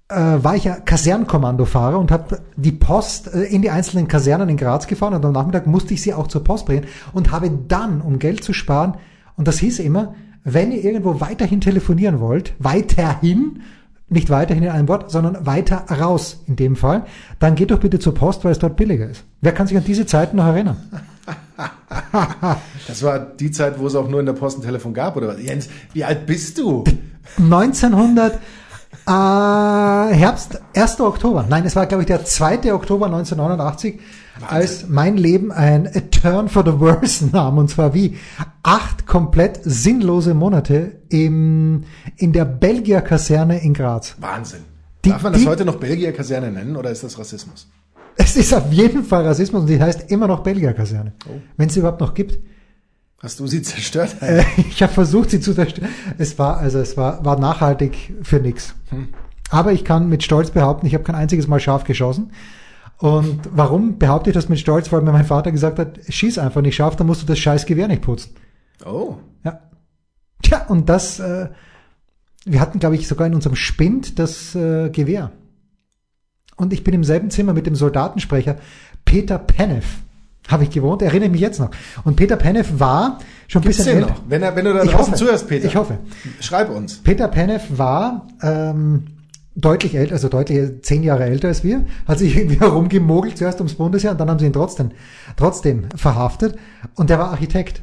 äh, war ich ja Kasernenkommandofahrer und habe die Post äh, in die einzelnen Kasernen in Graz gefahren und am Nachmittag musste ich sie auch zur Post bringen und habe dann, um Geld zu sparen, und das hieß immer, wenn ihr irgendwo weiterhin telefonieren wollt, weiterhin, nicht weiterhin in einem Wort, sondern weiter raus in dem Fall, dann geht doch bitte zur Post, weil es dort billiger ist. Wer kann sich an diese Zeiten noch erinnern? Das war die Zeit, wo es auch nur in der Post ein Telefon gab, oder was? Jens, wie alt bist du? 1900 äh, Herbst, 1. Oktober. Nein, es war, glaube ich, der 2. Oktober 1989. als mein Leben ein A Turn for the Worse [LAUGHS] nahm. Und zwar wie acht komplett sinnlose Monate im, in der Belgier-Kaserne in Graz. Wahnsinn. Die- Darf man das die- heute noch Belgier-Kaserne nennen oder ist das Rassismus? Es ist auf jeden Fall Rassismus und die heißt immer noch Belgier-Kaserne. Wenn es sie überhaupt noch gibt. Hast du sie zerstört? Äh, [LAUGHS] ich habe versucht, sie zu zerstören. Es war, also es war, war nachhaltig für nix. Hm. Aber ich kann mit Stolz behaupten, ich habe kein einziges Mal scharf geschossen. Und warum behaupte ich das mit Stolz? Weil mir mein Vater gesagt hat, schieß einfach nicht scharf, dann musst du das scheiß Gewehr nicht putzen. Oh. Ja. Tja, und das, äh, wir hatten, glaube ich, sogar in unserem Spind das äh, Gewehr. Und ich bin im selben Zimmer mit dem Soldatensprecher Peter Penneff. Habe ich gewohnt, erinnere ich mich jetzt noch. Und Peter Penneff war schon ein Gibt's bisschen den älter. noch? Wenn, er- wenn du da Ich draußen hoffe. zuhörst, Peter, Ich hoffe. schreib uns. Peter Panef war ähm, deutlich älter, also deutlich zehn Jahre älter als wir, hat sich [LAUGHS] irgendwie herumgemogelt, zuerst ums Bundesheer und dann haben sie ihn trotzdem, trotzdem verhaftet. Und der war Architekt.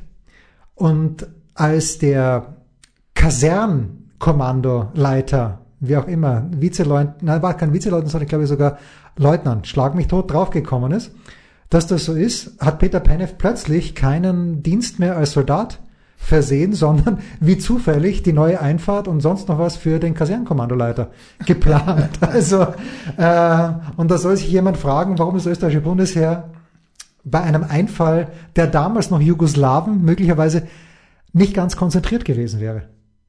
Und als der Kasernkommandoleiter, wie auch immer, Vizeleutnant, nein, war kein Vizeleutnant, sondern glaube ich sogar Leutnant, schlag mich tot draufgekommen ist, dass das so ist, hat Peter Penef plötzlich keinen Dienst mehr als Soldat versehen, [LAUGHS] sondern wie zufällig die neue Einfahrt und sonst noch was für den Kasernkommandoleiter geplant. [LAUGHS] Also, äh, und da soll sich jemand fragen, warum das österreichische Bundesheer bei einem Einfall der damals noch Jugoslawen möglicherweise nicht ganz konzentriert gewesen wäre.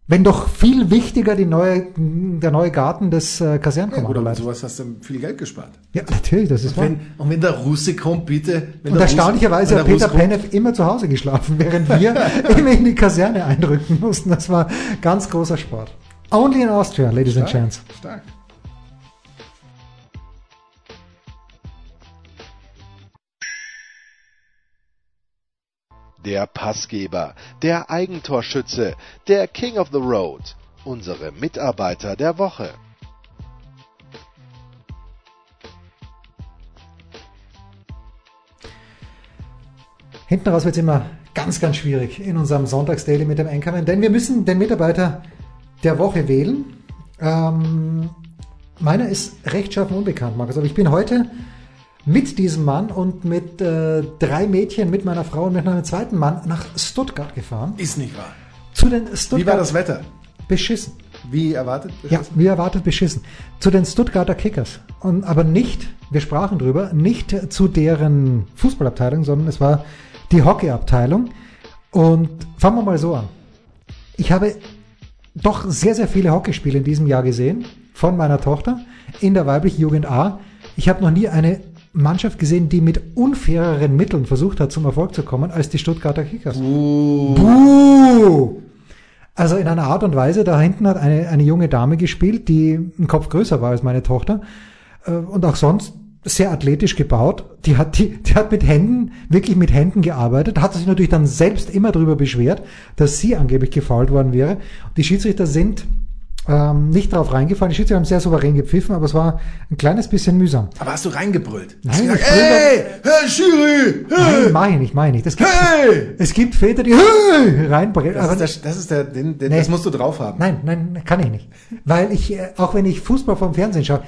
Wenn doch viel wichtiger die neue, der neue Garten des äh, Oder mit Kasernkommandoleiters. sowas hast du viel Geld gespart. Ja, natürlich, das ist wahr. Wenn, und wenn der Russe kommt, bitte. Wenn Und der Russe- erstaunlicherweise wenn hat der Peter Russe kommt, Pennev immer zu Hause [LAUGHS] geschlafen, während wir immer in die Kaserne eindrücken mussten. Das war ganz großer Sport. Only in Austria, ladies and gents. Stark. Der Passgeber, der Eigentorschütze, der King of the Road, unsere Mitarbeiter der Woche. Hinten raus wird es immer ganz, ganz schwierig in unserem Sonntagsdaily mit dem Einkommen, denn wir müssen den Mitarbeiter der Woche wählen. Ähm, meiner ist rechtschaffen unbekannt, Markus, aber ich bin heute mit diesem Mann und mit äh, drei Mädchen, mit meiner Frau und mit einem zweiten Mann nach Stuttgart gefahren. Ist nicht wahr. Zu den Wie war Stuttgart das Wetter? beschissen. Wie erwartet? Ja, wie erwartet beschissen. Zu den Stuttgarter Kickers. Und, aber nicht, wir sprachen drüber, nicht zu deren Fußballabteilung, sondern es war die Hockeyabteilung. Und fangen wir mal so an. Ich habe doch sehr, sehr viele Hockeyspiele in diesem Jahr gesehen von meiner Tochter in der weiblichen Jugend A. Ich habe noch nie eine Mannschaft gesehen, die mit unfaireren Mitteln versucht hat, zum Erfolg zu kommen, als die Stuttgarter Kickers. Buh! Also in einer Art und Weise, da hinten hat eine, eine junge Dame gespielt, die einen Kopf größer war als meine Tochter äh, und auch sonst sehr athletisch gebaut. Die hat, die, die hat mit Händen, wirklich mit Händen gearbeitet, hat sich natürlich dann selbst immer darüber beschwert, dass sie angeblich gefault worden wäre. Die Schiedsrichter sind ähm, nicht drauf reingefallen. Die Schiedsrichter haben sehr souverän gepfiffen, aber es war ein kleines bisschen mühsam. Aber hast du reingebrüllt? Nein, hast du ich gesagt, brüll hey, Herr Schiri! Nein, mach ich nicht, mach ich nicht. Es gibt, Hey! es gibt Väter, die [LAUGHS] also reinbrennen. Das aber- ist der, das ist der, den, den, Nee. das musst du drauf haben. Nein, nein, kann ich nicht. Weil ich, äh, auch wenn ich Fußball vom Fernsehen schaue,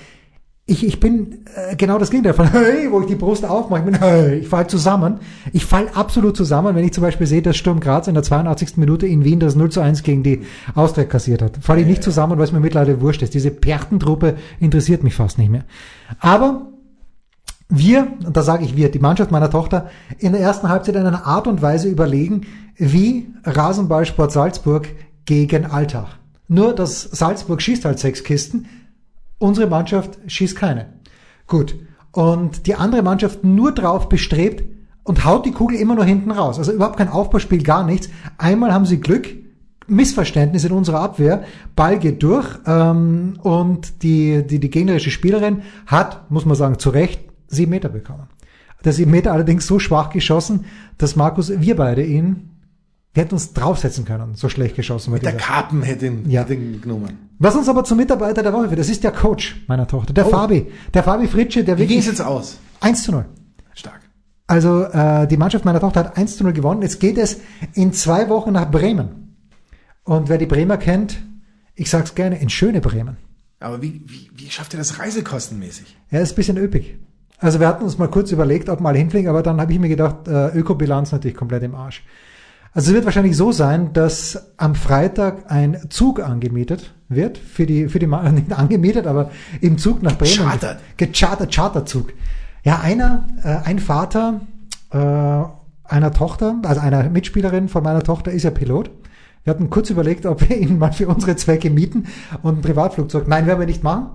ich, ich bin äh, genau das Gegenteil von, [LAUGHS] hey, wo ich die Brust aufmache. Ich bin, hey, ich falle zusammen. Ich falle absolut zusammen, wenn ich zum Beispiel sehe, dass Sturm Graz in der 82. Minute in Wien das 0 zu 1 gegen die Austria kassiert hat. Falle ich nicht zusammen, weil es mir mittlerweile wurscht ist. Diese Pertentruppe interessiert mich fast nicht mehr. Aber wir, und da sage ich wir, die Mannschaft meiner Tochter, in der ersten Halbzeit in einer Art und Weise überlegen, wie Rasenballsport Salzburg gegen Alltag. Nur, dass Salzburg schießt halt sechs Kisten, unsere Mannschaft schießt keine. Gut. Und die andere Mannschaft nur drauf bestrebt und haut die Kugel immer nur hinten raus. Also überhaupt kein Aufbauspiel, gar nichts. Einmal haben sie Glück, Missverständnis in unserer Abwehr, Ball geht durch ähm, und die, die, die gegnerische Spielerin hat, muss man sagen, zu Recht sieben Meter bekommen. Der sieben Meter allerdings so schwach geschossen, dass Markus, wir beide ihn, wir hätten uns draufsetzen können, so schlecht geschossen war Der dieser. Karpen hätte ihn, Ja. hätte ihn genommen. Was uns aber zum Mitarbeiter der Woche führt, das ist der Coach meiner Tochter, der Oh. Fabi. Der Fabi Fritsche, der Wie ging es wirklich jetzt aus? 1 zu 0. Stark. Also äh, die Mannschaft meiner Tochter hat 1 zu 0 gewonnen. Jetzt geht es in zwei Wochen nach Bremen. Und wer die Bremer kennt, ich sag's gerne, in schöne Bremen. Aber wie, wie, wie schafft ihr das reisekostenmäßig? Er ja, ist ein bisschen üppig. Also wir hatten uns mal kurz überlegt, ob mal hinfliegen, aber dann habe ich mir gedacht, äh, Ökobilanz natürlich komplett im Arsch. Also es wird wahrscheinlich so sein, dass am Freitag ein Zug angemietet wird für die für die Ma- [LAUGHS] nicht angemietet, aber im Zug nach Bremen Chartert. gechartert Charterzug. Ja, einer äh, ein Vater äh, einer Tochter, also einer Mitspielerin von meiner Tochter ist ja Pilot. Wir hatten kurz überlegt, ob wir ihn mal für unsere Zwecke mieten und ein Privatflugzeug. Nein, werden wir nicht machen.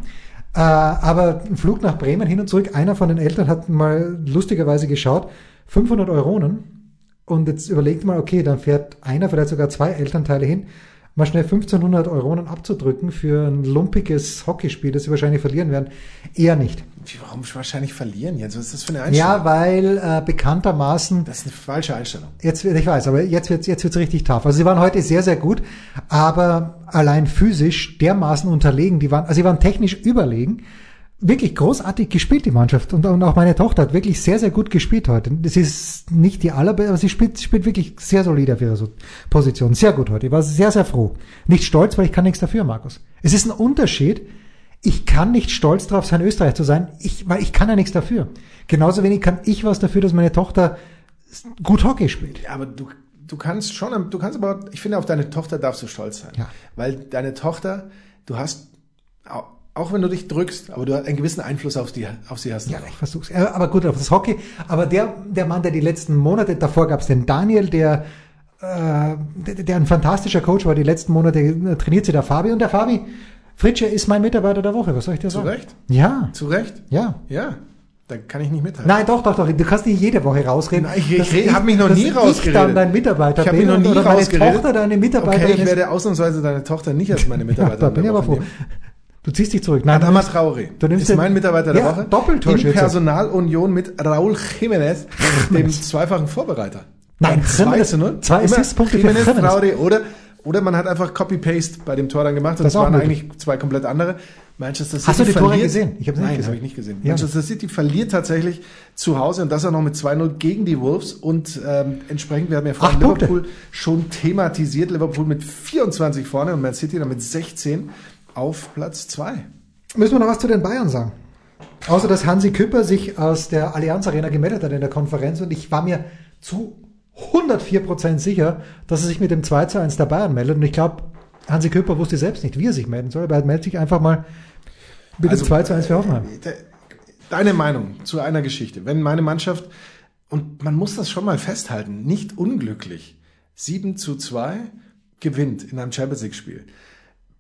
Äh, aber ein Flug nach Bremen hin und zurück. Einer von den Eltern hat mal lustigerweise geschaut, 500 Euronen. Und jetzt überlegt mal, okay, dann fährt einer, vielleicht sogar zwei Elternteile hin, mal schnell 1500 Euronen abzudrücken für ein lumpiges Hockeyspiel, das sie wahrscheinlich verlieren werden. Eher nicht. Warum wahrscheinlich verlieren jetzt? Was ist das für eine Einstellung? Ja, weil äh, bekanntermaßen das ist eine falsche Einstellung. Jetzt, wird- ich weiß, aber jetzt wird's jetzt wird's richtig tough. Also sie waren heute sehr, sehr gut, aber allein physisch dermaßen unterlegen. Die waren, also sie waren technisch überlegen. Wirklich großartig gespielt, die Mannschaft. Und, und auch meine Tochter hat wirklich sehr, sehr gut gespielt heute. Das ist nicht die allerbeste, aber sie spielt, spielt wirklich sehr solide auf ihrer So- Position. Sehr gut heute. Ich war sehr, sehr froh. Nicht stolz, weil ich kann nichts dafür, Markus. Es ist ein Unterschied. Ich kann nicht stolz darauf sein, Österreich zu sein, ich, weil ich kann ja nichts dafür. Genauso wenig kann ich was dafür, dass meine Tochter gut Hockey spielt. Ja, aber du, du kannst schon, du kannst aber, ich finde, auf deine Tochter darfst du stolz sein. Ja. Weil deine Tochter, du hast, au- auch wenn du dich drückst, aber du hast einen gewissen Einfluss auf, die, auf sie hast. du Ja, noch. ich versuch's. Äh, Aber gut, auf das Hockey. Aber der, der Mann, der die letzten Monate, davor gab's den Daniel, der, äh, der, der ein fantastischer Coach war, die letzten Monate äh, trainiert sie der Fabi. Und der Fabi Fritsche ist mein Mitarbeiter der Woche. Was soll ich dir Zu sagen? Recht? Ja, Zu Recht? ja. Ja. Da kann ich nicht mithalten. Nein, doch, doch, doch. Du kannst nicht jede Woche rausreden. Nein, ich- ich dass rede- hab mich noch dass nie Ich rausgeredet. dann dein Mitarbeiter Ich hab bin mich noch nie oder meine rausgeredet. Tochter deine Okay, Mitarbeiterin ich ist. werde ausnahmsweise deine Tochter nicht als [LAUGHS] meine Ja, Mitarbeiterin. da bin ich der aber Woche froh. nehmen. Du ziehst dich zurück. Nein, du Adama nimmst- Traoré Du nimmst ist den- mein Mitarbeiter der Ja, Woche. Doppeltorschütze. In Personalunion mit Raúl Jiménez, dem zweifachen Vorbereiter. Nein, Ein 2 Jiménez- zu 0. zwei Immer Assistpunkte für Jiménez, Jiménez. Traoré. Oder, oder man hat einfach Copy-Paste bei dem Tor dann gemacht. Und Das es ist auch waren möglich. eigentlich zwei komplett andere. Manchester City Hast du die Tore verliert- gesehen? Ich hab's nicht Nein, gesehen. habe ich nicht gesehen. Ja. Manchester City verliert tatsächlich zu Hause und das auch noch mit 2-0 gegen die Wolves. Und ähm, entsprechend, wir haben ja vorhin Acht Punkte. Liverpool schon thematisiert. Liverpool mit 24 vorne und Man City dann mit 16 auf Platz 2. Müssen wir noch was zu den Bayern sagen? Außer, dass Hansi Küpper sich aus der Allianz Arena gemeldet hat in der Konferenz und ich war mir zu 104% sicher, dass er sich mit dem 2 zu 1 der Bayern meldet und ich glaube, Hansi Küpper wusste selbst nicht, wie er sich melden soll, aber er meldet sich einfach mal mit Also, dem 2 zu 1 für Hoffenheim. De- Deine Meinung zu einer Geschichte. Wenn meine Mannschaft, und man muss das schon mal festhalten, nicht unglücklich 7 zu 2 gewinnt in einem Champions League Spiel,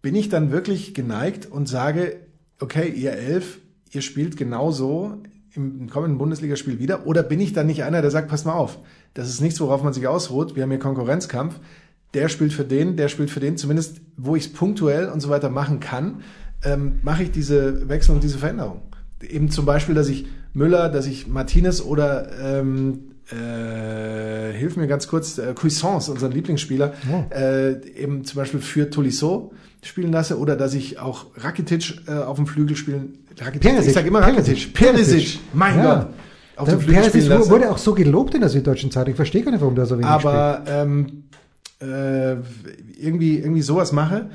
bin ich dann wirklich geneigt und sage, okay, ihr Elf, ihr spielt genauso im kommenden Bundesligaspiel wieder? Oder bin ich dann nicht einer, der sagt, pass mal auf, das ist nichts, worauf man sich ausruht, wir haben hier Konkurrenzkampf, der spielt für den, der spielt für den, zumindest wo ich es punktuell und so weiter machen kann, ähm, mache ich diese Wechsel und diese Veränderung. Eben zum Beispiel, dass ich Müller, dass ich Martinez oder ähm, äh, hilf mir ganz kurz, äh, Cuisance, unseren Lieblingsspieler, Ja. äh, eben zum Beispiel für Tolisso spielen lasse oder dass ich auch Rakitic äh, auf dem Flügel spielen. Rakitic, Perisic, ich sage immer Perisic, Rakitic. Perisic, Perisic. mein Ja. Gott. Auf Der dem Flügel Perisic spielen lasse. wurde auch so gelobt in der Süddeutschen Zeitung. Ich verstehe gar nicht, warum der so wenig spielt. aber ähm, äh, irgendwie, irgendwie sowas mache.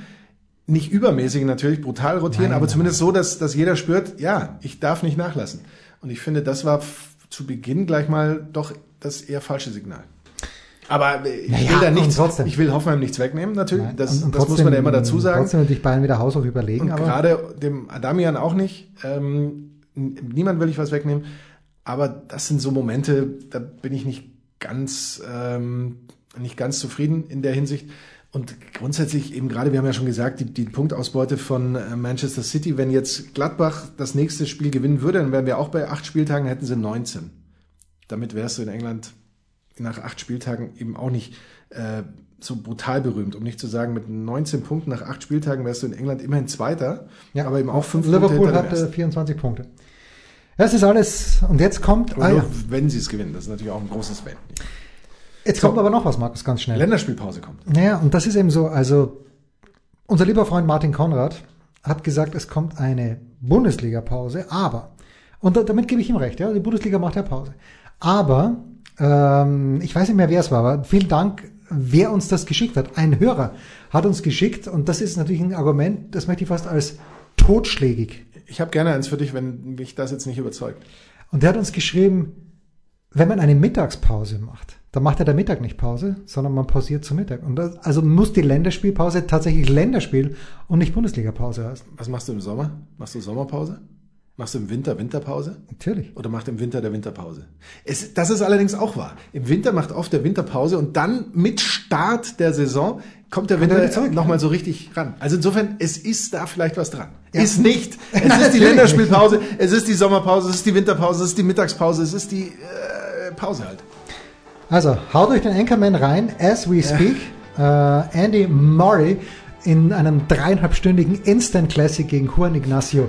Nicht übermäßig natürlich, brutal rotieren, aber zumindest so, dass, dass jeder spürt, ja, ich darf nicht nachlassen. Und ich finde, das war f- zu Beginn gleich mal doch das eher falsche Signal. Aber äh, ich Naja, will da und nichts, trotzdem. ich will Hoffenheim nichts wegnehmen, natürlich. Nein, das und- und das muss man ja immer dazu sagen. Trotzdem natürlich Bayern wieder Haus auf überlegen, Und aber gerade dem Adamian auch nicht. Ähm, n- niemand will ich was wegnehmen. Aber das sind so Momente, da bin ich nicht ganz, ähm, nicht ganz zufrieden in der Hinsicht. Und grundsätzlich eben gerade, wir haben ja schon gesagt, die, die Punktausbeute von äh, Manchester City, wenn jetzt Gladbach das nächste Spiel gewinnen würde, dann wären wir auch bei acht Spieltagen, hätten sie 19. Damit wärst du in England nach acht Spieltagen eben auch nicht äh, so brutal berühmt. Um nicht zu sagen, mit 19 Punkten nach acht Spieltagen wärst du in England immerhin Zweiter, Ja. aber eben auch fünf Liverpool Punkte hinter dem hat äh, Ersten. 24 Punkte. Das ist alles. Und jetzt kommt, Aber ah, nur, ja. wenn sie es gewinnen. Das ist natürlich auch ein großes Wenn. jetzt kommt aber noch was, Markus, ganz schnell. Länderspielpause kommt. Naja, und das ist eben so, also unser lieber Freund Martin Konrad hat gesagt, es kommt eine Bundesliga-Pause, aber, und da, damit gebe ich ihm recht, ja, die Bundesliga macht ja Pause. Aber, ähm, ich weiß nicht mehr, wer es war, aber vielen Dank, wer uns das geschickt hat. Ein Hörer hat uns geschickt, und das ist natürlich ein Argument, das möchte ich fast als totschlägig Ich habe gerne eins für dich, wenn mich das jetzt nicht überzeugt. Und der hat uns geschrieben, wenn man eine Mittagspause macht, dann macht ja der Mittag nicht Pause, sondern man pausiert zum Mittag. Und das, also muss die Länderspielpause tatsächlich Länderspiel und nicht Bundesliga-Pause heißen. Was machst du im Sommer? Machst du Sommerpause? Machst du im Winter Winterpause? Natürlich. Oder macht im Winter der Winterpause? Es, das ist allerdings auch wahr. Im Winter macht oft der Winterpause und dann mit Start der Saison kommt der Kommt er wieder Winter zurück, nochmal so richtig ran. Also insofern, es ist da vielleicht was dran. Ja. Ist nicht. Es ist [LAUGHS] die Natürlich Länderspielpause, es ist die Sommerpause, es ist die Winterpause, es ist die Mittagspause, es ist die äh, Pause halt. Also, haut euch den Anchorman rein, as we speak. Äh, Andy Murray in einem dreieinhalbstündigen Instant Classic gegen Juan Ignacio